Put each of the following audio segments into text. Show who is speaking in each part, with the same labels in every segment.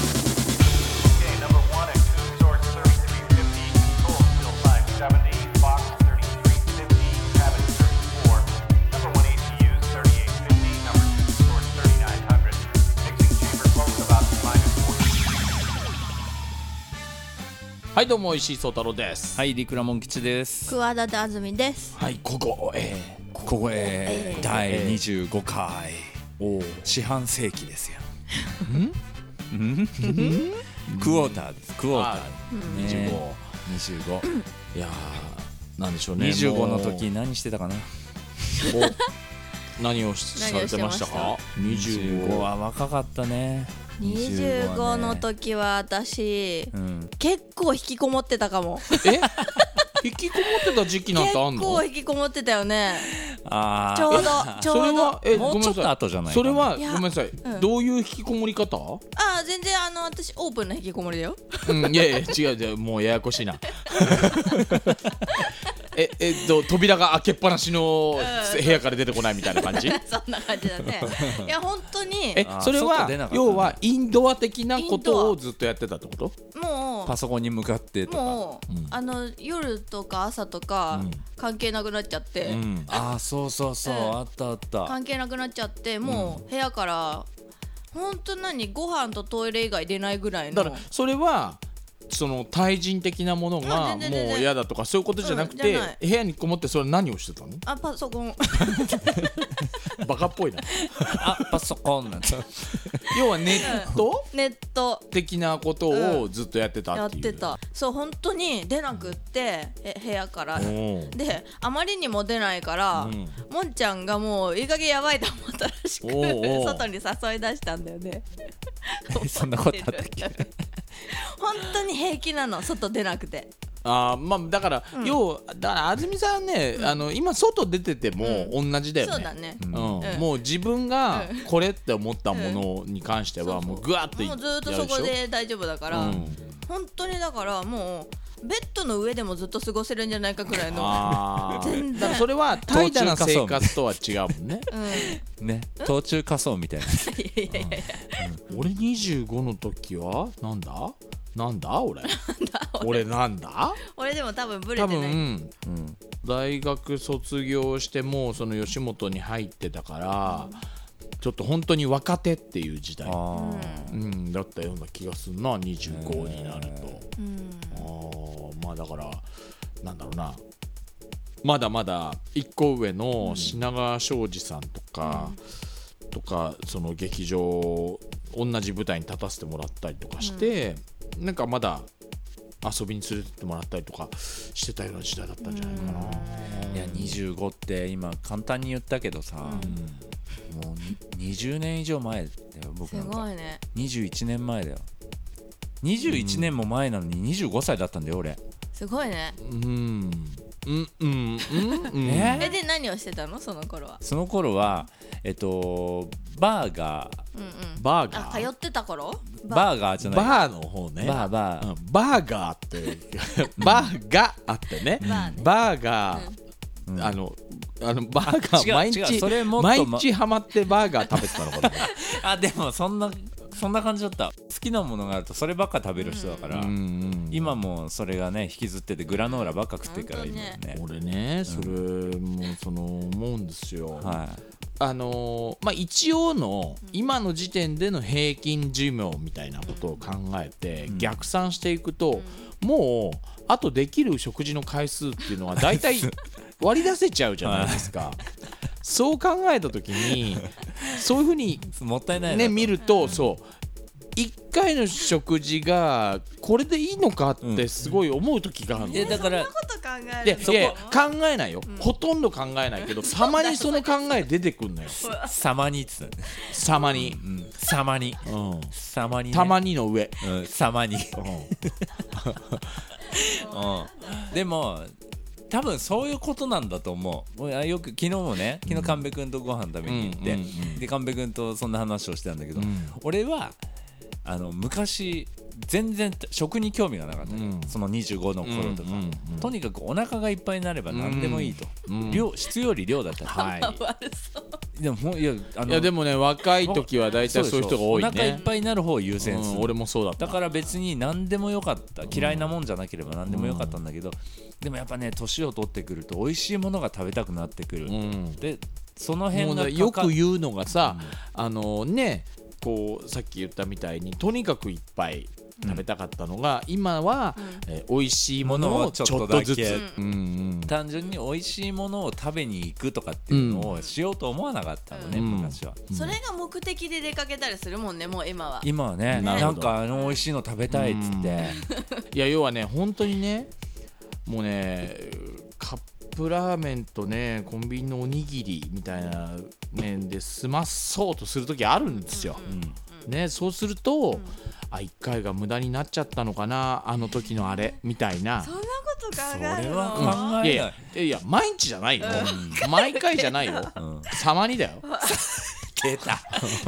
Speaker 1: Okay, number one at Coon Source 3350, Control Still 570, Fox 3350, Cabin 34, number one ACU 3850, number two Source 3900, mixing chamber close about minus 40.
Speaker 2: はいどうも石井聡太郎です
Speaker 3: はい、リクラモン吉です。
Speaker 4: 桑田で安住です。
Speaker 2: はいここえー
Speaker 3: ここへ
Speaker 4: えー
Speaker 3: 第25回
Speaker 2: おお
Speaker 3: 四半世紀ですよ。ん？ん？クォーターです。クォーター。
Speaker 2: 二十
Speaker 3: ね
Speaker 2: 五
Speaker 3: 25。
Speaker 2: いやーなんでしょうね
Speaker 3: 25の
Speaker 2: も
Speaker 3: 時何してたかな？
Speaker 2: うお何をしされてましたか二十
Speaker 3: 25
Speaker 2: 五
Speaker 3: は若かったね。25
Speaker 4: 25
Speaker 3: はね
Speaker 4: の。時は私、
Speaker 3: うん。
Speaker 4: 結構引きこもってたかも。
Speaker 2: え引きこもってた時期なん
Speaker 4: 結
Speaker 2: てあんの
Speaker 4: 構引きこもってたよね。
Speaker 3: ああ。
Speaker 4: ちょうど
Speaker 3: え
Speaker 4: ちょうど
Speaker 2: それはえ
Speaker 3: も
Speaker 2: ご
Speaker 3: う
Speaker 2: めんな
Speaker 3: ち
Speaker 2: さい
Speaker 3: ょっと後じゃないかな
Speaker 2: それはい
Speaker 4: や
Speaker 2: ごめんなさい、
Speaker 4: ん
Speaker 2: どういう引きこもり方
Speaker 4: ああ全然あの私オープンな引きこもりだよ。
Speaker 2: うんいやいや違う違うもうややこ しいなええっと扉が開けっぱなしの
Speaker 4: うん
Speaker 2: 部屋から出てこないみたいな感じ
Speaker 4: そんな感じだね。いや本当に
Speaker 2: え
Speaker 3: あー
Speaker 2: それは、
Speaker 3: 外出なかったね
Speaker 2: 要はインドア的なこ
Speaker 4: イン
Speaker 2: と
Speaker 4: ド
Speaker 2: を
Speaker 4: ア
Speaker 2: ずっとやってたってこと
Speaker 4: もう
Speaker 3: パソコンに向かってとか。
Speaker 4: もう、あの夜とか朝とか、関係なくなっちゃって、
Speaker 3: うん。ああ、そうそうそう。
Speaker 4: うん
Speaker 3: あったあった。
Speaker 4: 関係なくなっちゃってもう部屋から本当何ご飯とトイレ以外出ないぐらいの
Speaker 2: だからそれはその対人的なものが
Speaker 4: うん全
Speaker 2: も
Speaker 4: 然全然
Speaker 2: う嫌だとかそういうことじゃなく
Speaker 4: うん
Speaker 2: て、
Speaker 4: じゃない
Speaker 2: 部屋にこもってそれは何をして たの
Speaker 4: あパソコン
Speaker 2: バカっぽいな
Speaker 3: あ、パソコ ンなんて。
Speaker 2: 要はネット
Speaker 4: ネット
Speaker 2: 的なことをずっとやってた
Speaker 4: や
Speaker 2: っ
Speaker 4: って
Speaker 2: いう
Speaker 4: てたそう本当に出なくってえ部屋から
Speaker 2: おー
Speaker 4: であまりにも出ないから、
Speaker 2: うん
Speaker 4: もんちゃんがもういい加減やばいと思ったらしく
Speaker 2: おうおう
Speaker 4: 外に誘い出したんだよね
Speaker 3: そんなことあったっけ？
Speaker 4: 本当に平気なの外出なくて
Speaker 2: あーまあだから、要はだから安住さんね、あの今外出てても同じだよね、
Speaker 4: そうだね、
Speaker 2: うん
Speaker 4: うん
Speaker 2: もう自分が
Speaker 4: うん
Speaker 2: これって思ったものに関してはもうぐわっとい
Speaker 4: もうずーっとそこ
Speaker 2: やる
Speaker 4: で大丈夫だから、
Speaker 2: うん
Speaker 4: 本当にだからもうベッドの上でもずっと過ごせるんじゃないかぐらいの、
Speaker 2: ああ
Speaker 4: 全然
Speaker 2: だからそれは怠惰な生活とは違うもんね
Speaker 4: うん、い
Speaker 3: ね。途中仮想みたいな。
Speaker 4: やいやいやい
Speaker 2: 俺25の時はなんだなんだ俺俺なんだ
Speaker 4: や俺でも多分ブレ
Speaker 2: 多
Speaker 4: てない、
Speaker 2: 分、大学卒業してもうその吉本に入ってたから、ちょっと本当に若手っていう時代、
Speaker 3: ああ。
Speaker 2: うん、だったような気がするな25になると。
Speaker 4: うん、
Speaker 2: あーまあだからなんだろうなまだまだ一個上の品川庄司さんとか、とかその劇場同じ舞台に立たせてもらったりとかして、なんかまだ遊びに連れてってもらったりとかしてたような時代だったんじゃないかな。
Speaker 3: いや25って今簡単に言ったけどさ、もうに20年以上前だよ僕
Speaker 4: す
Speaker 3: なん
Speaker 4: ご
Speaker 3: か
Speaker 4: いね
Speaker 3: 21年前だよ21年も前なのに25歳だったんだよ俺、
Speaker 4: すごいね
Speaker 2: うんうんうんうん うん
Speaker 3: ね
Speaker 4: えで何をしてたのその頃は
Speaker 3: その頃はえっとバーガ
Speaker 4: うんうん
Speaker 2: バーガ
Speaker 4: あ
Speaker 2: ー
Speaker 4: 通ってた頃
Speaker 3: ーバーガーじゃないバ
Speaker 2: バーの方ね
Speaker 3: ーバー、
Speaker 2: うんバーガー ってバーガーあってね
Speaker 4: バーね
Speaker 2: バーガー、あのあのバーガ
Speaker 3: 違
Speaker 2: ー
Speaker 3: う
Speaker 2: 毎
Speaker 3: 違うそれ
Speaker 2: 日
Speaker 3: もっと
Speaker 2: 毎
Speaker 3: ま
Speaker 2: 日ハマってバーガー食べてたのかな
Speaker 3: あでもそんなそんな感じだった好きなものがあるとそればっか食べる人だから、
Speaker 2: うんうん
Speaker 3: 今もそれがね引きずっててグラノーラばっか食ってるから今ね
Speaker 2: 俺ねそれもうその思うんですよ、
Speaker 3: は
Speaker 2: あのーまあ一応の今の時点での平均寿命みたいなことを考えて逆算していくと、もうあとできる食事の回数っていうのは大 体割り出せちゃうじゃないですか。そう考えた時にそういうふうに
Speaker 3: いもったいないな
Speaker 2: ね見るとそう1回の食事がこれでいいのかってすごい思う時があるの
Speaker 3: えだから
Speaker 4: こと考え
Speaker 2: でいやい や
Speaker 4: の
Speaker 2: 考えないよ、ほとんど考えないけどたまにその考え出てくんのよ
Speaker 3: 様にっつってたね
Speaker 2: たまに、
Speaker 3: うん様に
Speaker 2: うん
Speaker 3: 様に、ね、
Speaker 2: たまにの上、
Speaker 3: うん、様に、
Speaker 2: う
Speaker 3: うん、でも多分そういうことなんだと思う俺あよく昨日もね昨日神戸君とご飯食べに行って、
Speaker 2: うんうん
Speaker 3: で神戸君とそんな話をしてたんだけど、俺はあの昔全然食に興味がなかったね、
Speaker 2: うん
Speaker 3: その25の頃とか、
Speaker 2: うんうんうん
Speaker 3: とにかくお腹がいっぱいになれば何でもいいと、
Speaker 2: うん
Speaker 3: 量質より量だったら、
Speaker 2: はい
Speaker 4: 悪そう
Speaker 3: でもほんいやあ
Speaker 2: いやでもね若い時は大体そういう人が多いね
Speaker 3: お腹いっぱいになる方を優先す
Speaker 2: う
Speaker 3: る、
Speaker 2: ん俺もそうだった
Speaker 3: だから別に何でもよかった嫌いなもんじゃなければ何でもよかったんだけど、でもやっぱね年を取ってくると美味しいものが食べたくなってくる、
Speaker 2: うん
Speaker 3: でその
Speaker 2: も
Speaker 3: 辺
Speaker 2: う
Speaker 3: が
Speaker 2: ねよく言うのがさ、あのねこうさっき言ったみたいにとにかくいっぱい食べたかったのが、今は、えー美味しいもの
Speaker 3: もの
Speaker 2: を
Speaker 3: を
Speaker 2: ち
Speaker 3: ち
Speaker 2: ょ
Speaker 3: ょ
Speaker 2: っ
Speaker 3: っ
Speaker 2: と
Speaker 3: と
Speaker 2: ずつ
Speaker 3: だけ、
Speaker 2: うんうん
Speaker 3: 単純に美味しいものを食べに行くとかっていうのをしようと思わなかったのね、
Speaker 2: うん
Speaker 3: 昔は。
Speaker 4: それが目的で出かけたりするもんねもう今は
Speaker 3: 今はね
Speaker 2: な
Speaker 3: な
Speaker 2: るほ
Speaker 3: ん
Speaker 2: ど
Speaker 3: かあの美味しいの食べたいっつって、
Speaker 2: いや要はね本当にねもうねカップラーメンとねコンビニのおにぎりみたいな面で済まそうとする時あるんですよ。ね、そうすると、あ1回が無駄になっちゃったのかなあの時のあれみたいな
Speaker 4: そんなこと考
Speaker 3: そ
Speaker 4: え
Speaker 3: れ
Speaker 4: る
Speaker 3: は
Speaker 4: の
Speaker 3: 考
Speaker 2: いやい
Speaker 3: えな
Speaker 2: や
Speaker 3: い
Speaker 2: いやいや毎日じゃないよ、毎回じゃないよ、
Speaker 3: ん
Speaker 2: たまにだよ
Speaker 3: 出た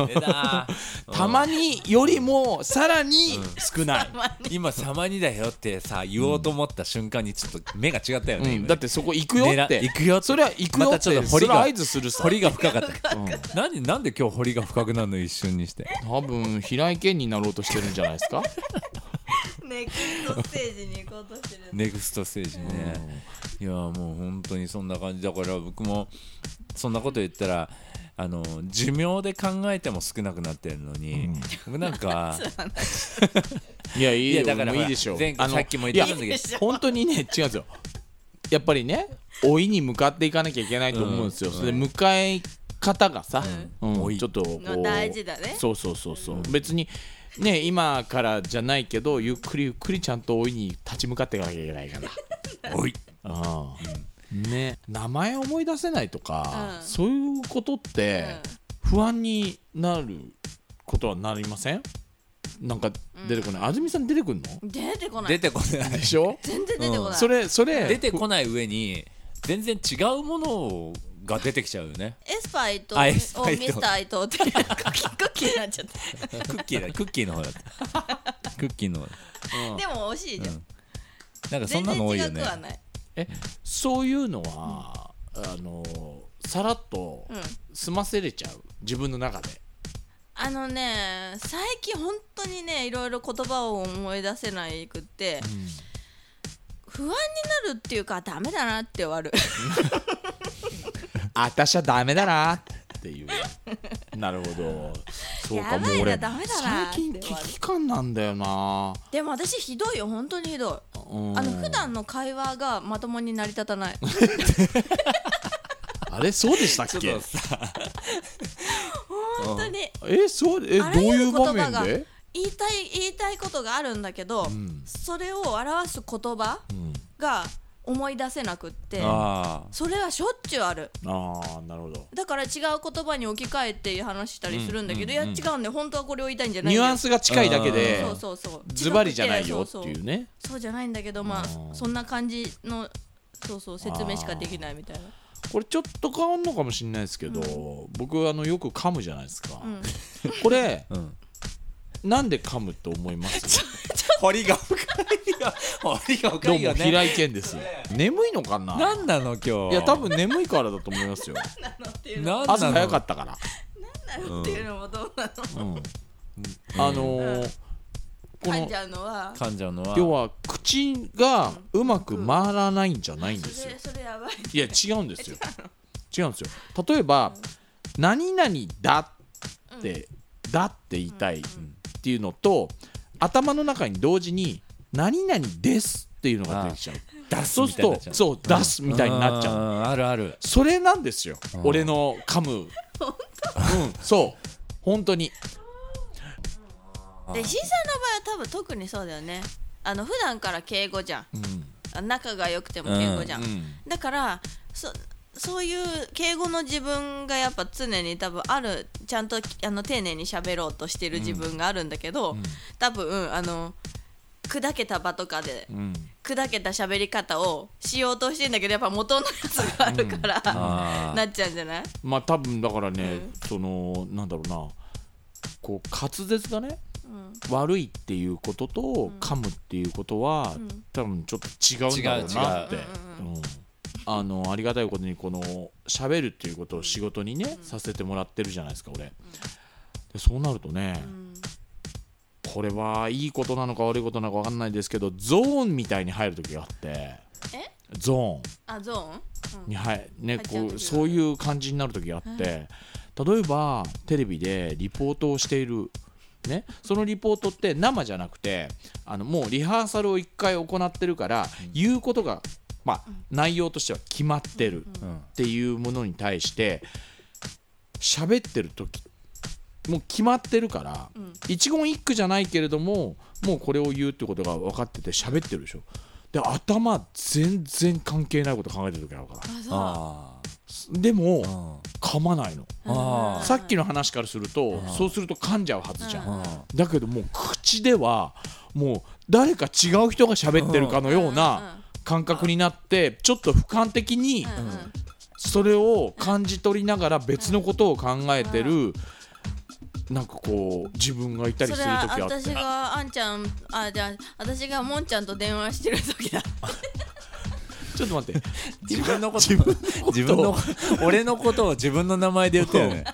Speaker 3: 出た
Speaker 2: たまによりもさらに少ない、
Speaker 3: 今「様にだよ」ってさ言おうと思った瞬間にちょっと目が違ったよ
Speaker 2: う
Speaker 3: ね、
Speaker 2: んだってそこ行くよって
Speaker 3: 狙行くよって
Speaker 2: それは行くよ
Speaker 3: ま
Speaker 2: った
Speaker 3: ちょ
Speaker 2: て、
Speaker 3: っと
Speaker 2: そ
Speaker 3: 彫
Speaker 2: れ
Speaker 3: りが
Speaker 2: は合図するさ
Speaker 3: 堀が深かった、なんでなんで今日堀が深くなるの一瞬にして
Speaker 2: 多分平井堅になろうとしてるんじゃないです か
Speaker 4: ネクストステージに行こうとしてる
Speaker 3: ネクストステージね、いやもう本当にそんな感じだから僕もそんなこと言ったらあの寿命で考えても少なくなってるのに、僕なん か
Speaker 2: いやいい
Speaker 3: いや
Speaker 2: よ
Speaker 3: だから
Speaker 2: もういいでしょう
Speaker 3: ほら前
Speaker 2: あ
Speaker 3: 回
Speaker 2: の
Speaker 3: さっきも言ったんだ
Speaker 2: い
Speaker 3: け
Speaker 2: や
Speaker 3: ど
Speaker 4: けど
Speaker 2: 本当にね違うんですよやっぱりね老いに向かっていかなきゃいけないと思うんですよ、それで迎え方がさ、うん
Speaker 3: 老い
Speaker 2: ちょっとこう
Speaker 4: 大事だね
Speaker 2: そうそうそうそう、別にね今からじゃないけどゆっくりゆっくりちゃんと老いに立ち向かっていかなきゃいけないから
Speaker 3: おい
Speaker 2: ああね、名前思い出せないとか、
Speaker 4: うん
Speaker 2: そういうことって不安になることはなりませんなんか出てこない、安住さん出てくんの
Speaker 4: 出てこない
Speaker 3: 出てこない
Speaker 2: でしょ
Speaker 4: 全然出てこない
Speaker 2: それそれ
Speaker 3: 出てこない上に全然違うものが出てきちゃうよね
Speaker 4: エスパイと
Speaker 3: あ
Speaker 4: ミ
Speaker 3: エ
Speaker 4: ス
Speaker 3: スパイと
Speaker 4: ター伊藤ってなんか クッキーになっちゃった
Speaker 3: クッキーだ クッキーの方だったクッキーの方
Speaker 4: でも惜しいじゃん、
Speaker 3: なんかそ
Speaker 4: 全
Speaker 3: んな
Speaker 4: 然
Speaker 3: の多いよ
Speaker 4: 違
Speaker 3: ね
Speaker 4: くはない、
Speaker 2: えそういうのは、あのさらっと
Speaker 4: うん、
Speaker 2: 済ませれちゃう自分の中で、
Speaker 4: あのね最近本当にねいろいろ言葉を思い出せないくって、不安になるっていうかダメだなって終わる
Speaker 2: あたしゃダメだなっていうなるほどそうか
Speaker 4: やばい
Speaker 2: も
Speaker 4: な
Speaker 2: う俺
Speaker 4: ダメだな
Speaker 2: 最近
Speaker 4: って
Speaker 2: 危機感なんだよな
Speaker 4: でも私ひどいよ本当にひどい
Speaker 2: うん
Speaker 4: あの普段の会話がまともに成り立たない本
Speaker 2: あれそうでしたっ
Speaker 3: ちょ
Speaker 2: け
Speaker 3: っとさ
Speaker 4: 当に
Speaker 2: えそうえど
Speaker 4: あ
Speaker 2: う
Speaker 4: らゆ
Speaker 2: い
Speaker 4: る
Speaker 2: う
Speaker 4: 言
Speaker 2: 場
Speaker 4: 葉
Speaker 2: 面
Speaker 4: が
Speaker 2: で
Speaker 4: 言いたい言いたいことがあるんだけど、それを表す言葉が思い出せなくって、
Speaker 3: あ
Speaker 4: それはしょっちゅうある
Speaker 2: ああなるほど
Speaker 4: だから違う言葉に置き換えて話したりするんだけど、いや違うんで本当はこれを言いたいんじゃない
Speaker 2: ニ
Speaker 4: んだ
Speaker 2: ュ
Speaker 4: よ
Speaker 2: アンスが近いだけで
Speaker 4: そうそうそう
Speaker 2: ズバリじゃないよって
Speaker 4: そうそ
Speaker 2: いううね
Speaker 4: そうじゃないんだけどま
Speaker 2: う
Speaker 4: あ
Speaker 2: ん
Speaker 4: そんな感じのそうそう説明しかできないみたいな
Speaker 2: これちょっと変わんのかもしれないですけど僕あのよく噛むじゃないですか
Speaker 4: ん
Speaker 2: これ
Speaker 3: あうん
Speaker 2: なんで噛むって思い ます
Speaker 3: 堀が深いよ堀が
Speaker 2: ど
Speaker 3: 深
Speaker 2: う
Speaker 3: い
Speaker 2: も
Speaker 3: よね
Speaker 2: 平井堅です眠いのかな
Speaker 3: 何なの今日
Speaker 2: いや多分眠いからだと思いますよ
Speaker 4: なのっていうの
Speaker 3: 何なの
Speaker 2: 朝早かったから
Speaker 4: っていうのもどうなの
Speaker 2: うんあのーこ
Speaker 4: 噛ん
Speaker 2: の
Speaker 4: じゃうのは
Speaker 3: 噛んじゃうのは
Speaker 2: 要は口がうまく回らないんじゃないんです
Speaker 4: そ
Speaker 2: よ
Speaker 4: れそれやばい
Speaker 2: いや違うん ですよ違うんですよ例えば「何々だ」って「だ」って言いたいっていうのと頭の中に同時に「何々です」っていうのが出てきちゃう
Speaker 3: 出す
Speaker 2: そう
Speaker 3: み
Speaker 2: す
Speaker 3: たいにな
Speaker 2: る
Speaker 3: っ
Speaker 2: と
Speaker 3: ちゃう
Speaker 2: そう出すみたいになっちゃう
Speaker 3: うんあるある
Speaker 2: それなんですよ俺の噛むうんそう本当に
Speaker 4: で新さんの場合は多分特にそうだよねあの普段から敬語じゃんあ仲が良くても敬語じゃん、だからそそういう敬語の自分がやっぱ常に多分あるちゃんとあの丁寧に喋ろうとしてる自分があるんだけど、多分、あの砕けた場とかで、砕けた喋り方をしようとしてんだけどやっぱ元のやつがあるから、
Speaker 3: あー
Speaker 4: なっちゃうんじゃない
Speaker 2: まあ多分だからねそのなんだろうなこう滑舌がね悪いっていうことと、噛むっていうことは、
Speaker 4: ん
Speaker 2: 多分ちょっと違うんだろうなって
Speaker 3: 違う違
Speaker 2: うんあのありがたいことにこの喋るっていうことを仕事にね、させてもらってるじゃないですか俺、でそうなるとね、これはいいことなのか悪いことなのか分かんないですけどゾーンみたいに入る時があって
Speaker 4: え
Speaker 2: ゾーン
Speaker 4: あゾーン、うん
Speaker 2: にはいね
Speaker 4: 入っちゃう
Speaker 2: こ
Speaker 4: 時が
Speaker 2: うそういう感じになる時があって、例えばテレビでリポートをしている、ね、そのリポートって生じゃなくてあのもうリハーサルを1回行ってるから、言うことが、まあ、内容としては決まってるっていうものに対して喋ってる時もう決まってるから、一言一句じゃないけれどももうこれを言うってことが分かってて喋ってるでしょ。で頭全然関係ないこと考えてる時あるから
Speaker 4: あそう
Speaker 3: あ
Speaker 2: で
Speaker 3: あ
Speaker 2: も
Speaker 3: あ
Speaker 2: 噛まないの
Speaker 3: あ
Speaker 2: さっきの話からするとそうすると噛んじゃうはずじゃ
Speaker 3: うん
Speaker 2: んだけどもう口ではもう誰か違う人が喋ってるかのような感覚になってちょっと俯瞰的に
Speaker 4: うんうん
Speaker 2: それを感じ取りながら別のことを考えてるなんかこう自分がいたり
Speaker 4: そ
Speaker 2: す
Speaker 4: れ
Speaker 2: る
Speaker 4: は
Speaker 2: 時あっ
Speaker 4: 私
Speaker 2: て
Speaker 4: があんちゃんあじゃあ私がもんちゃんと電話してる時だ
Speaker 2: ちょっと待って
Speaker 3: 自分のこと自分の俺のことを自分の名前で言ったよね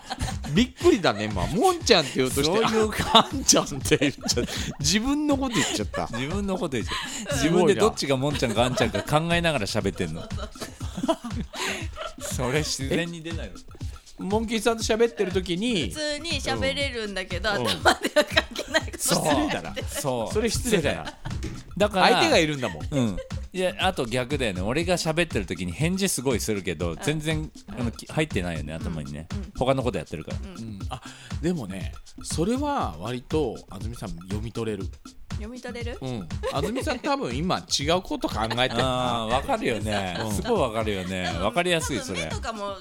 Speaker 2: びっくりだね今もんちゃんって言うとして
Speaker 3: そういう
Speaker 2: ああんちゃんって言っちゃった自分のこと言っちゃった
Speaker 3: 自分のこと言って
Speaker 2: すご
Speaker 3: 自
Speaker 2: いな
Speaker 3: 分でどっちがもんちゃんかあんちゃんか考えながら喋ってん の それ自然に出ないの
Speaker 2: モンキーさんと喋ってる時に
Speaker 4: 普通に喋れるんだけど、
Speaker 2: うん
Speaker 4: 頭では関係ないこと
Speaker 3: そう
Speaker 2: 失礼だな
Speaker 3: そう
Speaker 2: それ失礼だな
Speaker 3: だから
Speaker 2: 相手がいるんだもん
Speaker 3: うんいやあと逆だよね俺が喋ってる時に返事すごいするけど全然あのき入ってないよね頭にね他のことやってるから
Speaker 2: あでもねそれは割と安住さん読み取れる
Speaker 4: 読み取れる
Speaker 2: うん安住さん多分今違うこと考えてる
Speaker 3: ああ分かるよね
Speaker 2: うん
Speaker 3: すごい分かるよね分かりやすい
Speaker 4: 多
Speaker 3: そ
Speaker 4: 分
Speaker 3: れ
Speaker 4: 目とかも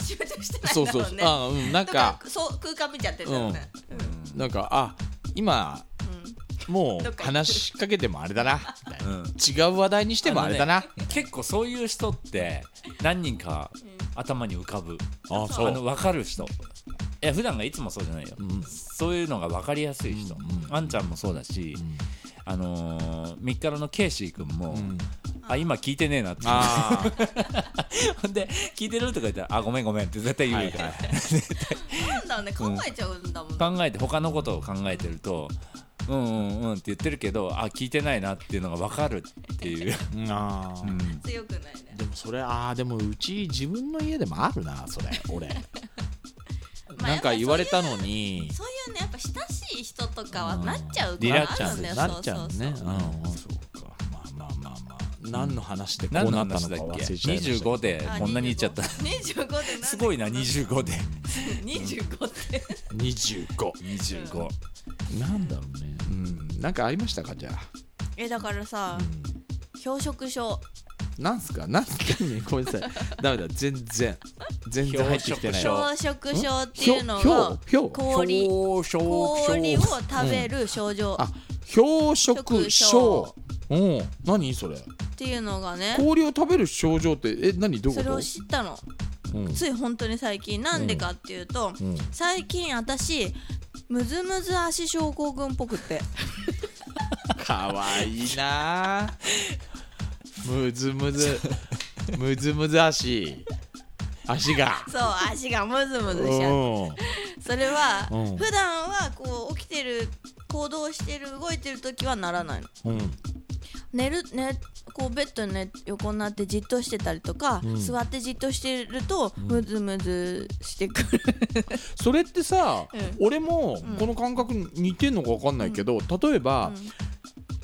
Speaker 4: 集中してない
Speaker 2: そ
Speaker 4: ん
Speaker 2: う
Speaker 4: だ
Speaker 2: そう
Speaker 4: ろ
Speaker 2: そうう
Speaker 4: ね
Speaker 2: あうんなんか
Speaker 4: そう空間見ちゃってるんだろうね、
Speaker 2: なんかあ今もう話しかけてもあれだなみたいな
Speaker 3: うん
Speaker 2: 違う話題にしてもあれだな
Speaker 3: 結構そういう人って何人か頭に浮かぶ
Speaker 2: あ
Speaker 3: あの分かる人いや普段がいつもそうじゃないよ、そういうのが分かりやすい人、あんちゃんもそうだし、あのー、三日のケイシー君も、あ今聞いてねえなって
Speaker 2: あー
Speaker 3: ほ んで聞いてるとか言ったら「あごめんごめん」って絶対言うから、
Speaker 2: は
Speaker 4: なんだろうね考えちゃうんだもん、
Speaker 3: 考えて他のことを考えてると「うんうんうん」って言ってるけど「あ聞いてないな」っていうのが分かるっ ていう、
Speaker 2: うんあー
Speaker 4: 強くないね
Speaker 2: でもそれあーでもうち自分の家でもあるなそれ俺
Speaker 4: まあ
Speaker 2: なんか言われたのに
Speaker 4: そういうねやっぱ親しい人とかはなっちゃうか
Speaker 3: リ
Speaker 4: ら
Speaker 3: ラ
Speaker 4: あ
Speaker 3: ックス
Speaker 4: るんだよそうそうそう
Speaker 2: ね。うん、そうか。まあまあまあまあ。何の話でこうなっ
Speaker 3: 何
Speaker 2: た
Speaker 3: の
Speaker 2: のか
Speaker 3: 話だっけ
Speaker 2: 忘れちゃいました。
Speaker 3: 25でこんなに言っちゃった
Speaker 4: 25でなんで
Speaker 3: すごいな
Speaker 4: こん
Speaker 3: 25で
Speaker 4: 25って
Speaker 2: 二十五。
Speaker 3: 25
Speaker 2: なんだろうね。うん。なんかありましたかじゃあ。
Speaker 4: えだからさ、教職証
Speaker 2: なんすか。なんすかね。ごめん なさい。ダメだ。全然全然入ってきてない。
Speaker 3: ひょ
Speaker 4: 教職証っていうのは
Speaker 2: ひょひょ
Speaker 4: 氷
Speaker 3: しょ
Speaker 4: 氷を食べる症状
Speaker 2: あ、氷食症。うん。何それ。
Speaker 4: っていうのがね
Speaker 2: 氷を食べる症状ってえ何どうい
Speaker 4: そうれ
Speaker 2: こ
Speaker 4: を
Speaker 2: と？
Speaker 4: 知ったの
Speaker 2: うん
Speaker 4: つい本当に最近なんでかっていうと、最近私ムズムズ足症候群っぽ くって
Speaker 2: かわいいなあ。むずむ ず。むずむず足。足が。
Speaker 4: そう足がムズムズしちゃう
Speaker 2: うん。
Speaker 4: それは、
Speaker 2: うん
Speaker 4: 普段はこう起きてる行動してる動いてる時はならないの
Speaker 2: うん
Speaker 4: 寝るねこうベッドに、ね、横になってじっとしてたりとか、座ってじっとしてると、ムズムズしてくる
Speaker 2: それってさ、
Speaker 4: うん
Speaker 2: 俺もこの感覚に似てんのか分かんないけど、例えば、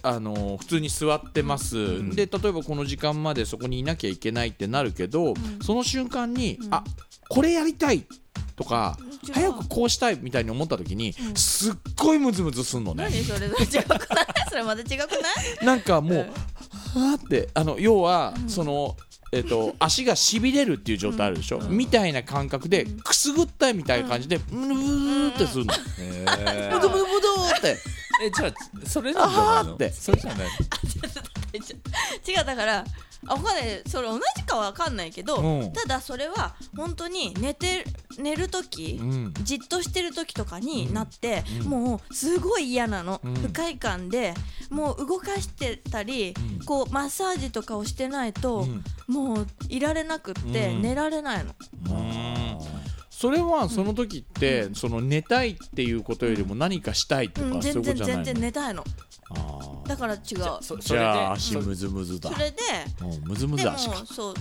Speaker 2: あの普通に座ってます、で例えばこの時間までそこにいなきゃいけないってなるけど、その瞬間に、あこれやりたいとか
Speaker 4: 違う
Speaker 2: 早くこうしたいみたいに思った時に、すっごいムズムズすんのね
Speaker 4: 何。それ違くないそれまた違くない
Speaker 2: なんかもう、はーってあの要は、そのえっと足がしびれるっていう状態あるでしょ、みたいな感覚で、くすぐったいみたいな感じで、うん、ブーってするの、
Speaker 3: え
Speaker 2: ブドブドブドって
Speaker 3: えじゃあそれなんじゃない
Speaker 2: あーっ
Speaker 3: の
Speaker 2: て
Speaker 3: それじゃない
Speaker 4: 違うだからあ分かんないそれ同じかは分かんないけど、
Speaker 2: うん
Speaker 4: ただそれは本当に寝て寝る時、
Speaker 2: うん
Speaker 4: じっとしてる時とかになって、もうすごい嫌なの、
Speaker 2: うん
Speaker 4: 不快感でもう動かしてたり、
Speaker 2: うん
Speaker 4: こうマッサージとかをしてないと、もういられなくって、
Speaker 2: うん
Speaker 4: 寝られないの
Speaker 2: うんそれはその時って、その寝たいっていうことよりも何かしたいとか、
Speaker 4: うん、
Speaker 2: そうい
Speaker 4: 全
Speaker 2: うこと
Speaker 4: 然
Speaker 2: じゃない
Speaker 4: 全
Speaker 2: の
Speaker 4: 然寝たいの
Speaker 2: あー
Speaker 4: だから違うそ
Speaker 3: そそ
Speaker 2: じ
Speaker 3: れで
Speaker 2: ゃあ足ムズムズだ
Speaker 4: れで
Speaker 2: うんムズム
Speaker 4: で
Speaker 2: ズ
Speaker 4: も
Speaker 2: 足か
Speaker 4: そう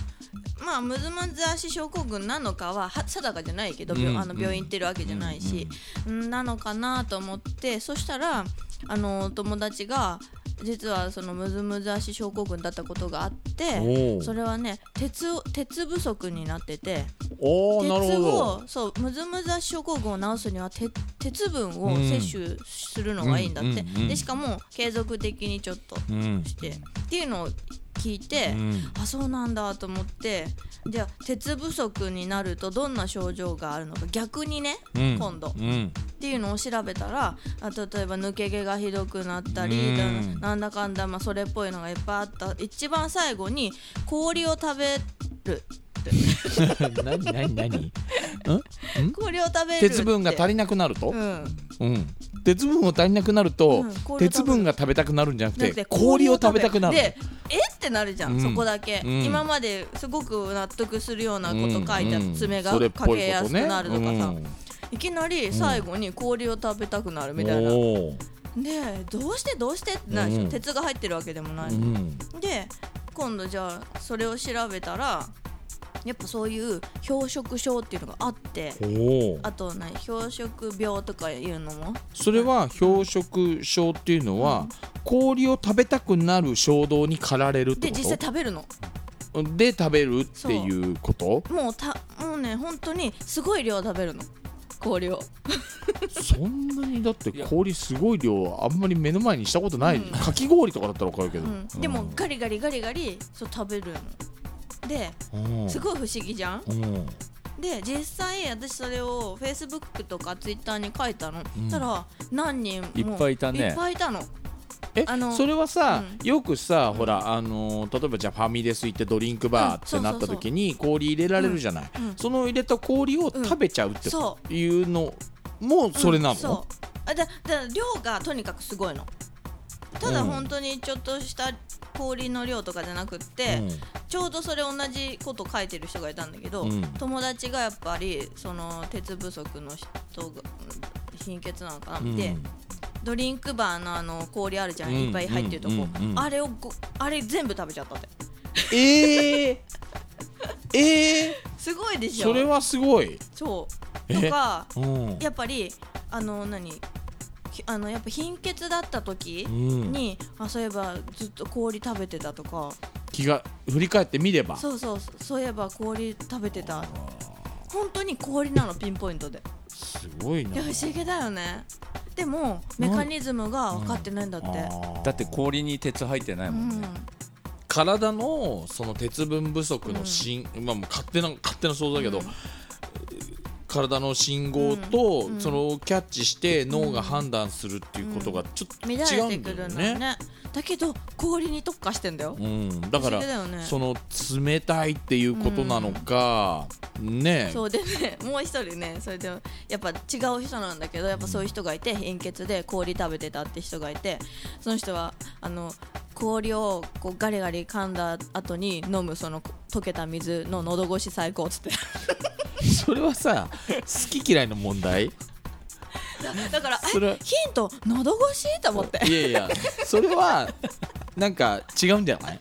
Speaker 4: まあムズムズ足症候群なのかはは定かじゃないけど、
Speaker 2: う
Speaker 4: 病
Speaker 2: ん
Speaker 4: あの病院行ってるわけじゃないし、うんなのかなと思ってそしたらあの友達が実はそのムズムズ足症候群だったことがあっ
Speaker 2: お
Speaker 4: て
Speaker 2: う
Speaker 4: それはね鉄を鉄不足になってて
Speaker 2: おお
Speaker 4: 鉄
Speaker 2: なるほど
Speaker 4: をそうムズムズ足症候群を治すには鉄鉄分を摂取するのがいいんだって、
Speaker 2: うんうんうん
Speaker 4: でしかも継続的にちょっと
Speaker 2: うん
Speaker 4: してっていうのを聞いて、
Speaker 2: うん
Speaker 4: あそうなんだと思ってじゃあ鉄不足になるとどんな症状があるのか逆にね、
Speaker 2: うん
Speaker 4: 今度、
Speaker 2: うん
Speaker 4: っていうのを調べたらあ例えば抜け毛がひどくなったり
Speaker 2: うん
Speaker 4: だなんだかんだ、まあ、それっぽいのがいっぱいあった一番最後に氷を食べる
Speaker 2: 何何 何
Speaker 4: 氷を食べるって
Speaker 2: 鉄分が足りなくなると
Speaker 4: う、ん
Speaker 2: うん、鉄分を足りなくなると、
Speaker 4: うん氷を食べる
Speaker 2: 鉄分が食べたくなるんじゃなく
Speaker 4: な
Speaker 2: て
Speaker 4: くて
Speaker 2: 氷を食べたくなる
Speaker 4: でえってなるじゃん、
Speaker 2: うん
Speaker 4: そこだけ、
Speaker 2: うん
Speaker 4: 今まですごく納得するようなこと書いてあ
Speaker 2: う
Speaker 4: る
Speaker 2: ん
Speaker 4: 爪が
Speaker 2: それっぽ
Speaker 4: か
Speaker 2: いこと
Speaker 4: けやすくなるとかさ、
Speaker 2: ね
Speaker 4: いきなり最後に氷を食べたくなる
Speaker 2: うん
Speaker 4: みたいな、
Speaker 2: おー
Speaker 4: でどうしてどうしてってなるでしょ、
Speaker 2: うん
Speaker 4: 鉄が入ってるわけでもない、
Speaker 2: うん
Speaker 4: で今度じゃあそれを調べたらやっぱそういう氷食症っていうのがあって
Speaker 2: おー
Speaker 4: あとね氷食病とかいうのも
Speaker 2: それは氷食症っていうのは、氷を食べたくなる衝動に駆られるって
Speaker 4: で
Speaker 2: こ
Speaker 4: 実際食べるの
Speaker 2: とで食べるっていうこと
Speaker 4: もうたもうね本当にすごい量食べるの氷を
Speaker 2: そんなにだって氷すごい量あんまり目の前にしたことない、かき氷とかだったら分かるけど、
Speaker 4: うん、でもガリガリガリガリそう食べるので
Speaker 2: うん
Speaker 4: すごい不思議じゃん
Speaker 2: うん
Speaker 4: で実際私それをフェイスブックとかツイッターに書いたの、
Speaker 2: ん
Speaker 4: たら何人も
Speaker 3: いっぱいいたね
Speaker 4: っぱいいたの
Speaker 2: え
Speaker 4: あの
Speaker 2: それはさ、
Speaker 4: う
Speaker 2: よくさほら、あのー例えばじゃあファミレス行ってドリンクバーってなった時に氷入れられるじゃない、
Speaker 4: うんうん
Speaker 2: その入れた氷を食べちゃうって
Speaker 4: そ
Speaker 2: いうのもそれなの、
Speaker 4: うんそうあだだ量がとにかくすごいのただ
Speaker 2: うん
Speaker 4: 本当にちょっとした氷の量とかじゃなくって、
Speaker 2: うん
Speaker 4: ちょうどそれ同じこと書いてる人がいたんだけど、
Speaker 2: うん
Speaker 4: 友達がやっぱりその鉄不足の人がうん貧血なのかなって、
Speaker 2: うん
Speaker 4: ドリンクバーのあの氷あるじゃん、
Speaker 2: うん
Speaker 4: いっぱい入ってるとこ、
Speaker 2: うんうん
Speaker 4: あれをごあれ全部食べちゃったって
Speaker 2: ええー、ええ
Speaker 4: すごいでしょ
Speaker 2: それはすごい、
Speaker 4: そう
Speaker 2: え
Speaker 4: とか
Speaker 2: うん、
Speaker 4: やっぱりあの何ひあのやっぱ貧血だった時
Speaker 2: うん
Speaker 4: に、あそういえばずっと氷食べてたとか
Speaker 2: 気が振り返ってみれば
Speaker 4: そうそうそういえば氷食べてた本当に氷なのピンポイントです
Speaker 2: ごいない
Speaker 4: や不思議だよねでもメカニズムが分かってないんだって、
Speaker 2: あー
Speaker 3: だって氷に鉄入ってないも
Speaker 4: うんん
Speaker 3: ね、
Speaker 2: 体のその鉄分不足のし、んまあ、もう勝手な勝手な想像だけど、
Speaker 4: うん
Speaker 2: 体の信号と、
Speaker 4: うん
Speaker 2: それをキャッチして脳が判断するっていうことがちょっと
Speaker 4: 乱
Speaker 2: 違
Speaker 4: れ
Speaker 2: う
Speaker 4: て
Speaker 2: ん
Speaker 4: く
Speaker 2: だよ
Speaker 4: るの
Speaker 2: ね。
Speaker 4: ねだけど氷に特化してんだよ、
Speaker 2: うん、だから
Speaker 4: 不思議だよね
Speaker 2: その冷たいっていうことなのか、ね
Speaker 4: そうでねもう一人ねそれでやっぱ違う人なんだけどやっぱそういう人がいて貧血で氷食べてたって人がいてその人はあの氷をこうガリガリ噛んだ後に飲むその溶けた水の喉越し最高っつって
Speaker 2: それはさ好き嫌いの問題
Speaker 4: だから
Speaker 2: それは
Speaker 4: えヒント喉越しと思って
Speaker 2: いやいやそれはなんか違うんじゃない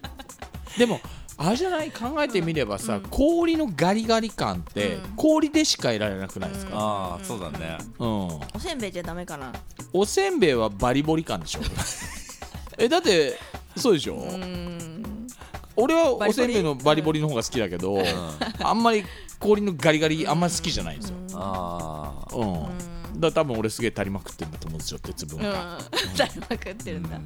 Speaker 2: でもあれじゃない考えてみればさ、氷のガリガリ感って
Speaker 4: うん
Speaker 2: 氷でしか得られなくないですか、
Speaker 3: ああそうだね
Speaker 2: うん、
Speaker 4: おせんべいじゃダメかな
Speaker 2: おせんべいはバリボリ感 でしょえだってそうでしょ
Speaker 4: うーん
Speaker 2: 俺は
Speaker 4: バ
Speaker 2: お
Speaker 4: リボ
Speaker 2: せ
Speaker 4: リ
Speaker 2: んべいのバリボリの方が好きだけど、あんまり氷のガリガリあんまり好きじゃないんですよ、
Speaker 3: ああ
Speaker 2: うんだから多分俺すげえ足りまくってんだと思うんですよ鉄分
Speaker 4: うん
Speaker 2: が、
Speaker 4: だいぶまくってるんだ、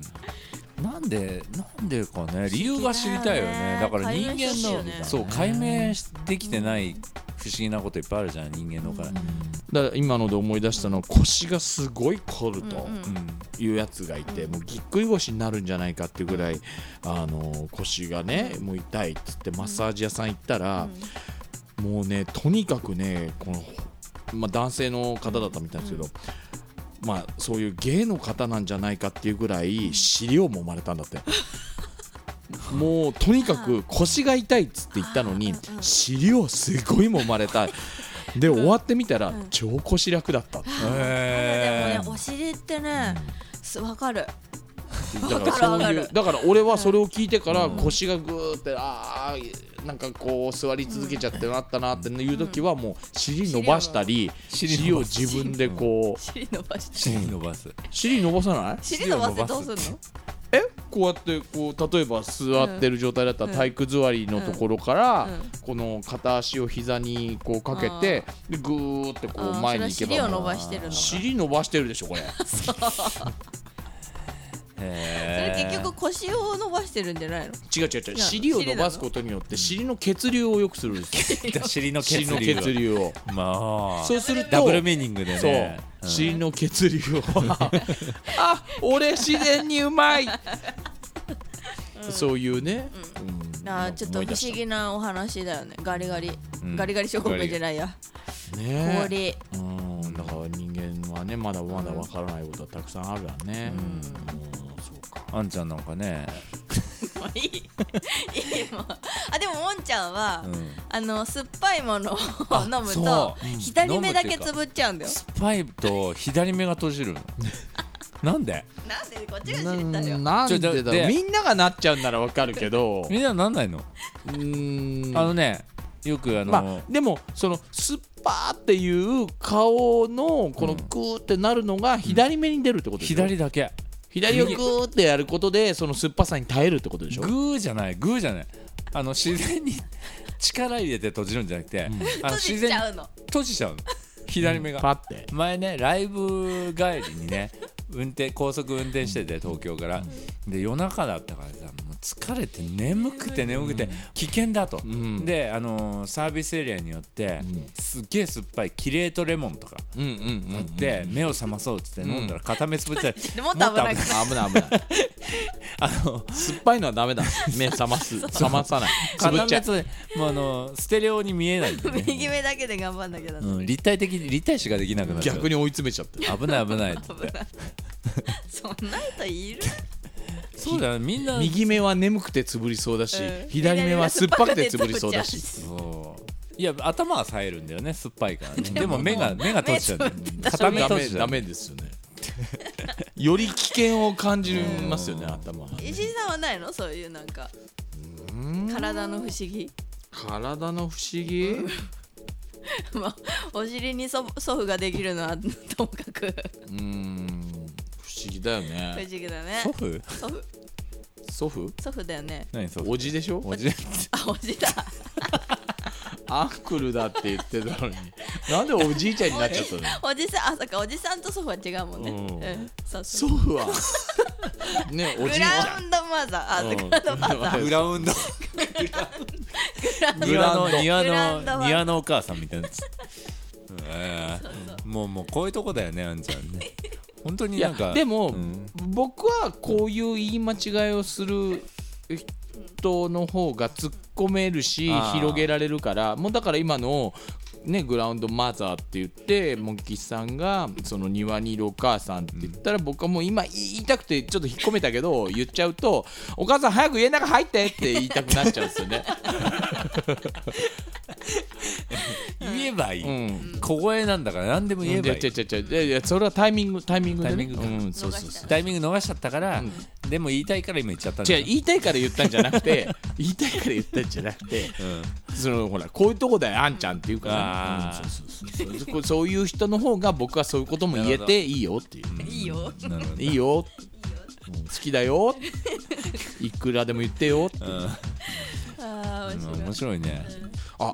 Speaker 3: なんでなんでかね理由が知りたいよねだから人間
Speaker 4: 解明してほしいよ
Speaker 3: の
Speaker 4: ね
Speaker 3: そう解明できてない不不思議なこといっぱいあるじゃん人間のから、
Speaker 2: だから今ので思い出したのは腰がすごい凝るというやつがいて、もうぎっくり腰になるんじゃないかっていうぐらい、あの腰がねもう痛いっつってマッサージ屋さん行ったら、もうねとにかくねこの、まあ、男性の方だったみたいですけど、まあ、そういう芸の方なんじゃないかっていうぐらい尻を揉まれたんだ って。もうとにかく腰が痛いっつって言ったのに尻をすごい揉まれたで終わってみたら超腰楽だったって
Speaker 4: でもねお尻ってねすわかる
Speaker 2: だからそう
Speaker 4: わかるわか
Speaker 2: いう
Speaker 4: る
Speaker 2: だから俺はそれを聞いてから腰がぐーってあーなんかこう座り続けちゃってなったなっていう時はもう尻伸ばしたり尻を自分でこう
Speaker 4: 尻伸ばして
Speaker 3: 尻伸ばす
Speaker 2: 尻伸ばさない
Speaker 4: 尻伸ばしてどうすんの
Speaker 2: えこうやってこう例えば座ってる状態だったら体育座りのところから、
Speaker 4: うんうん
Speaker 2: この片足を膝にこうかけてでぐーってこ
Speaker 4: あ
Speaker 2: う
Speaker 4: ー
Speaker 2: 前に行けば
Speaker 4: それは尻を
Speaker 2: もう
Speaker 4: 伸ばしてるのかそ
Speaker 2: 尻伸ばしてるでしょこれ
Speaker 4: れ
Speaker 3: へ
Speaker 4: 結局腰を伸ばしてるんじゃないの
Speaker 2: 違う違う違う
Speaker 4: いや
Speaker 2: 尻を伸ばすことによって尻の血流を良くするんですよ
Speaker 3: 局尻の血
Speaker 2: 尻
Speaker 3: 流
Speaker 2: の 血流を
Speaker 3: まあ
Speaker 2: そうすると
Speaker 3: ダブルミーニングで
Speaker 2: そう、
Speaker 3: ね
Speaker 2: 尻の血流はあ俺自然にうまい、そういうね、うん
Speaker 4: あーちょっと
Speaker 2: 思い
Speaker 4: 不
Speaker 2: 出した
Speaker 4: 思議なお話だよねガリガリ、
Speaker 3: うん
Speaker 4: ガリガリ諸国じゃないや
Speaker 2: ねえ
Speaker 4: 氷、
Speaker 2: うんだから人間はねまだまだ分からないことはたくさんあるわね、うんそうか
Speaker 3: あんちゃんなんかね、
Speaker 4: も ういいいいもうあでももんちゃんは、
Speaker 3: うん、
Speaker 4: あの酸っぱいものを飲む
Speaker 3: そ
Speaker 4: と左目だけつぶっちゃうんだよ
Speaker 3: スパイと左目が閉じる のなんで
Speaker 4: なんでこっちが知りたいよ
Speaker 2: なんでだ
Speaker 3: ちょ
Speaker 2: ろ
Speaker 3: で
Speaker 2: うみんながなっちゃうんなら分かるけど
Speaker 3: みんななんないの、
Speaker 2: うーん
Speaker 3: あのねよくあの、
Speaker 2: まあでもそのスッパーっていう顔のこのグーってなるのが左目に出るってことでしょ、
Speaker 3: 左だけ
Speaker 2: 左をグーってやることでその酸っぱさに耐えるってことでしょ
Speaker 3: グーじゃないグーじゃないあの自然 に力入れて閉じるんじゃなくて、あの
Speaker 4: 閉
Speaker 3: 自
Speaker 4: じち
Speaker 3: 然に
Speaker 4: ゃうの
Speaker 3: 閉じちゃうの左目が、
Speaker 2: パって
Speaker 3: 前ねライブ帰りに ね運転高速運転してて東京から、で夜中だったからさもう疲れて眠くて眠くて、危険だと、
Speaker 2: ん
Speaker 3: で、あのーサービスエリアによって、すっげえ酸っぱいキレートレモンとか
Speaker 2: うんうんうん
Speaker 3: で、目を覚まそうっつって飲んだら片 目つぶっちゃって、
Speaker 4: でもっと危な
Speaker 3: もっと危ない
Speaker 4: い
Speaker 2: 危ない危ない
Speaker 3: あの
Speaker 2: 酸っぱいのはダメだ目覚 ます覚まさないつぶ
Speaker 3: 片
Speaker 2: っちゃ
Speaker 3: 目
Speaker 2: う
Speaker 3: つぶもうあのーステレオに見えないんでね、
Speaker 4: 右目だけで頑張んなきゃだ、
Speaker 3: うん、立体的に立体視ができなくなっちゃう
Speaker 2: 逆に追い詰めちゃってる
Speaker 3: 危ない危ないっつっ
Speaker 4: 危
Speaker 3: て
Speaker 4: ない そんな人いる
Speaker 3: そうだよみんな
Speaker 2: 右目は眠くてつぶりそうだし、
Speaker 4: うん
Speaker 2: 左目は酸っぱくてつぶりそうだし
Speaker 3: そういや頭は冴えるんだよね酸っぱいからねでも目が目が閉じちゃうんだよ
Speaker 4: 目つぶって
Speaker 3: 片
Speaker 2: ダ
Speaker 3: 目閉
Speaker 2: メ
Speaker 3: じちゃ
Speaker 2: ダ
Speaker 3: う
Speaker 2: メですよね より危険を感じますよね頭は
Speaker 4: 石井さんはないのそういうなんか体の不思議
Speaker 2: 体の不思議
Speaker 4: まあお尻に祖祖父ができるのはともかく
Speaker 2: うーん不思議だよ
Speaker 4: 不思
Speaker 2: ね
Speaker 4: 議だね
Speaker 3: 祖父
Speaker 4: 祖父
Speaker 2: 祖父
Speaker 4: 祖父だよね
Speaker 3: 何祖父
Speaker 2: おじでしょ
Speaker 3: おじ
Speaker 4: あおじ だ
Speaker 2: アンクルだって言ってたのになんでおじいちゃんになっちゃ ったの
Speaker 4: おじさんあそっかおじさんと祖父は違うもんね、
Speaker 2: うん
Speaker 4: うん、そう
Speaker 2: 祖
Speaker 4: そう
Speaker 2: 父はね お
Speaker 4: グ
Speaker 2: じいち
Speaker 4: ラ
Speaker 2: ゃ
Speaker 4: ウ
Speaker 2: ん
Speaker 4: ンドマザーあ、
Speaker 2: う
Speaker 4: そ
Speaker 2: ん
Speaker 4: っかグ ラウンドマザー
Speaker 3: グラウンド庭の庭
Speaker 4: グラウンド
Speaker 3: の
Speaker 4: は
Speaker 3: 庭のお母さんみたい なやつえーもうもうこういうとこだよねあんちゃんね本当に
Speaker 2: い
Speaker 3: な
Speaker 2: や
Speaker 3: んか
Speaker 2: でも、
Speaker 3: うん
Speaker 2: 僕はこういう言い間違いをする人の方が突っ込めるし
Speaker 3: あー
Speaker 2: 広げられるからもうだから今の、ね、グラウンドマザーって言ってモンキーさんがその庭にいるお母さんって言ったら、僕はもう今言いたくてちょっと引っ込めたけど言っちゃうとお母さん早く家の中入ってって言いたくなっちゃうんですよね。
Speaker 3: 言えばいうい
Speaker 2: ん
Speaker 3: 小声なんだから何でも
Speaker 2: い
Speaker 3: 言
Speaker 2: や
Speaker 3: え
Speaker 2: いや
Speaker 3: ばい
Speaker 2: いや
Speaker 3: い
Speaker 2: いやいやそれはタイミングタイミングで、ね、
Speaker 3: タイミングか
Speaker 2: うん、そうそうそう
Speaker 3: タイミング逃しちゃったからでも言いたいから今言っちゃったんだ
Speaker 2: 違う言いたいから言ったんじゃなくて 言いたいから言ったんじゃなくて、そのほらこういうとこだよあんちゃんっていうから、
Speaker 3: あー
Speaker 2: うんそうそうそうそうそういう人の方が僕はそういうことも言えていいよっていう、
Speaker 4: いいよ
Speaker 3: なるほど
Speaker 2: いいよ、うん好きだよいくらでも言ってよっていう
Speaker 3: うん
Speaker 4: あー面白い
Speaker 3: 面白いね
Speaker 2: あ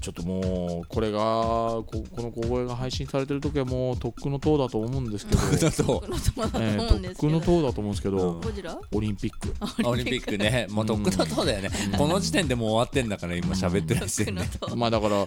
Speaker 2: ちょっともうこれがここの小声が配信されてる時はもうとっくの塔だと思うんですけど、
Speaker 3: だと
Speaker 4: 僕の友だ
Speaker 2: えー
Speaker 4: と思うん
Speaker 2: とっ
Speaker 4: です
Speaker 2: く
Speaker 4: け
Speaker 2: の
Speaker 4: ど。
Speaker 2: 塔だと思うんですけど、
Speaker 4: ゴジラ
Speaker 2: オリンピック
Speaker 3: オリンピックねもうとっくの塔だよねこの時点でもう終わってんだから今喋ってらっし
Speaker 4: 僕
Speaker 3: ゃる
Speaker 4: の
Speaker 3: ね
Speaker 4: と
Speaker 2: まあだから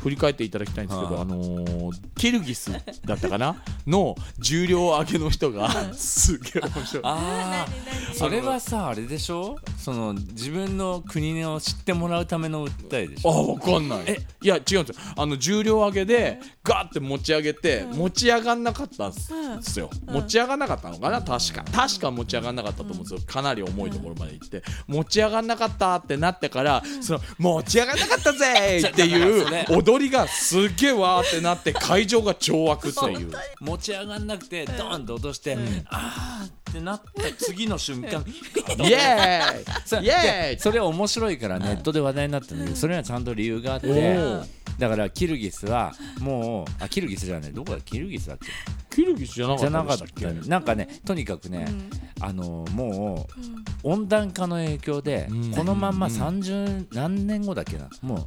Speaker 2: 振り返っていただきたいんですけ
Speaker 3: はい
Speaker 2: ど、あのーキルギスだったか なの重量上げの人がすげえ面白い。
Speaker 3: ああ
Speaker 4: 何何
Speaker 3: それはさあれでしょその自分の国を知ってもらうための訴えでし
Speaker 2: あ
Speaker 3: ょ
Speaker 2: わかんないいや違うんですよあの重量上げでガーって持ち上げて、持ち上がんなかったんですよ、持ち上がんなかったのかな確か確か持ち上がんなかったと思うんですよかなり重いところまで行って持ち上がんなかったってなってから、その持ち上がんなかったぜーってい
Speaker 3: だから
Speaker 2: う踊りがすっげえわーってなって会場が 掌握っていう。
Speaker 3: 持ち上がんなくてドーンと落としてあーってなった次の瞬間
Speaker 2: イエー
Speaker 3: そ
Speaker 2: イイエ
Speaker 3: でそれ面白いからネットで話題になったんだけどそれにはちゃんと理由があっ
Speaker 2: お
Speaker 3: て
Speaker 2: ー
Speaker 3: だからキルギスはもうあキルギスじゃないどこだキルギスだっ
Speaker 2: ー
Speaker 3: け
Speaker 2: キルギスじゃな
Speaker 3: じゃな
Speaker 2: か
Speaker 3: か
Speaker 2: っ
Speaker 3: ったた
Speaker 2: でしたっけ
Speaker 3: なんかねとにかくね、あのもう、温暖化の影響で、
Speaker 2: うん
Speaker 3: このまんま30何年後だっけなもう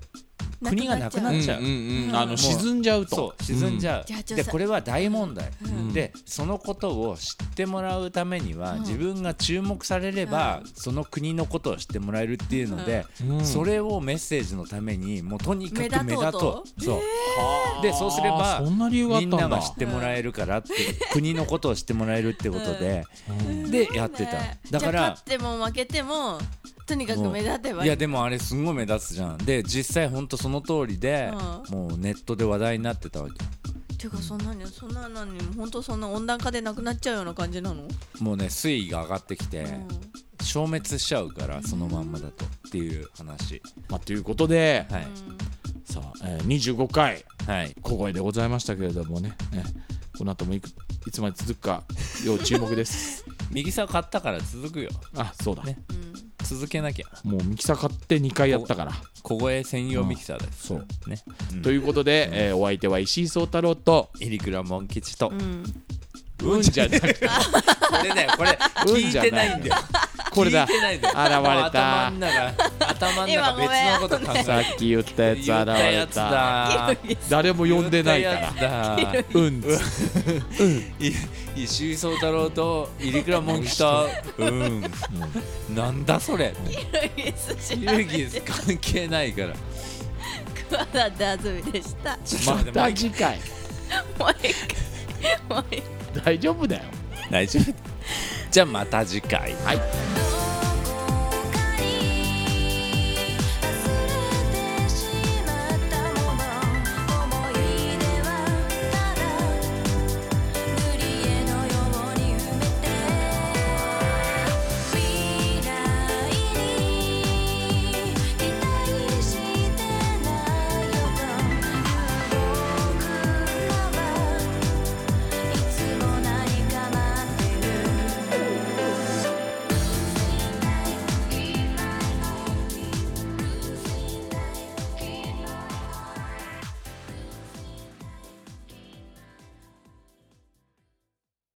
Speaker 3: 国がなくなっちゃう。
Speaker 2: うんうんうんあ
Speaker 4: も
Speaker 2: の
Speaker 4: う
Speaker 2: 沈んじゃうと
Speaker 3: そう沈んじ
Speaker 2: ゃ
Speaker 3: ゃう、
Speaker 4: じゃあちょっ
Speaker 3: で
Speaker 4: と
Speaker 3: これは大問題、
Speaker 2: ん
Speaker 3: でそのことを知ってもらうためには、自分が注目されれば、その国のことを知ってもらえるっていうので、
Speaker 2: うん
Speaker 3: それをメッセージのためにもうとにかく
Speaker 4: 目
Speaker 3: 目立
Speaker 4: 立
Speaker 3: と
Speaker 4: とう
Speaker 3: う
Speaker 4: と
Speaker 3: そう、でそうすれば
Speaker 2: そんな理由があった
Speaker 3: み
Speaker 2: ん
Speaker 3: ん
Speaker 2: だ
Speaker 3: なが知ってもらえるからって、国のことを知ってもらえるってことで、でやってた
Speaker 4: ね
Speaker 3: だ
Speaker 4: じ
Speaker 3: か
Speaker 4: ゃあ
Speaker 3: ら
Speaker 4: 勝っても負けてもとにかく
Speaker 3: もう
Speaker 4: 目立てば
Speaker 3: い
Speaker 4: いい
Speaker 3: やでもあれすごい目立つじゃんで実際ほんとその通りで、もうネットで話題になってたわけ
Speaker 4: てかそんなにそんなのに本当そんな温暖化でなくなっちゃうような感じなの、
Speaker 3: もうね水位が上がってきて、
Speaker 4: うん
Speaker 3: 消滅しちゃうからそのまんまだとっていう話
Speaker 2: まあ、ということで、
Speaker 3: はい、
Speaker 2: さあ、えー、25回
Speaker 3: はい
Speaker 2: 小声でございましたけれどもね、えーこの後もいくいつまで続くか要注目です
Speaker 3: 右差買ったから続くよ
Speaker 2: あそうだ、
Speaker 3: ね続けなきゃ
Speaker 2: もうミキサー買って2回やったから、
Speaker 3: 小声専用ミキサーです、
Speaker 2: そう
Speaker 3: ね
Speaker 2: ということで、えーお相手は石井聡太郎と
Speaker 3: イリクラモン吉と、
Speaker 4: うん、
Speaker 2: うんじゃなくて
Speaker 3: これだよこれ
Speaker 2: うん
Speaker 3: 聞い
Speaker 2: じゃ
Speaker 3: てないんだよ
Speaker 2: これだ
Speaker 3: 聞いてないんだよ
Speaker 2: 現れた
Speaker 3: 頭ん中頭ん中別のこと考 え
Speaker 2: さっき言ったやつ現
Speaker 3: 言ったや
Speaker 2: れ
Speaker 3: つ
Speaker 2: た
Speaker 3: だ
Speaker 2: 誰も呼んでないから
Speaker 3: ら
Speaker 2: うんつ
Speaker 3: 石井聡太郎とイリクラモンキとうんなんだそれ
Speaker 4: 知
Speaker 3: キ
Speaker 4: らな
Speaker 3: ル
Speaker 4: い
Speaker 3: ギス関係ないから
Speaker 4: クワダダズミでした
Speaker 2: また次回
Speaker 4: もう一回もう一回
Speaker 2: 大丈夫だよ
Speaker 3: 大丈夫じゃあまた次回
Speaker 2: はい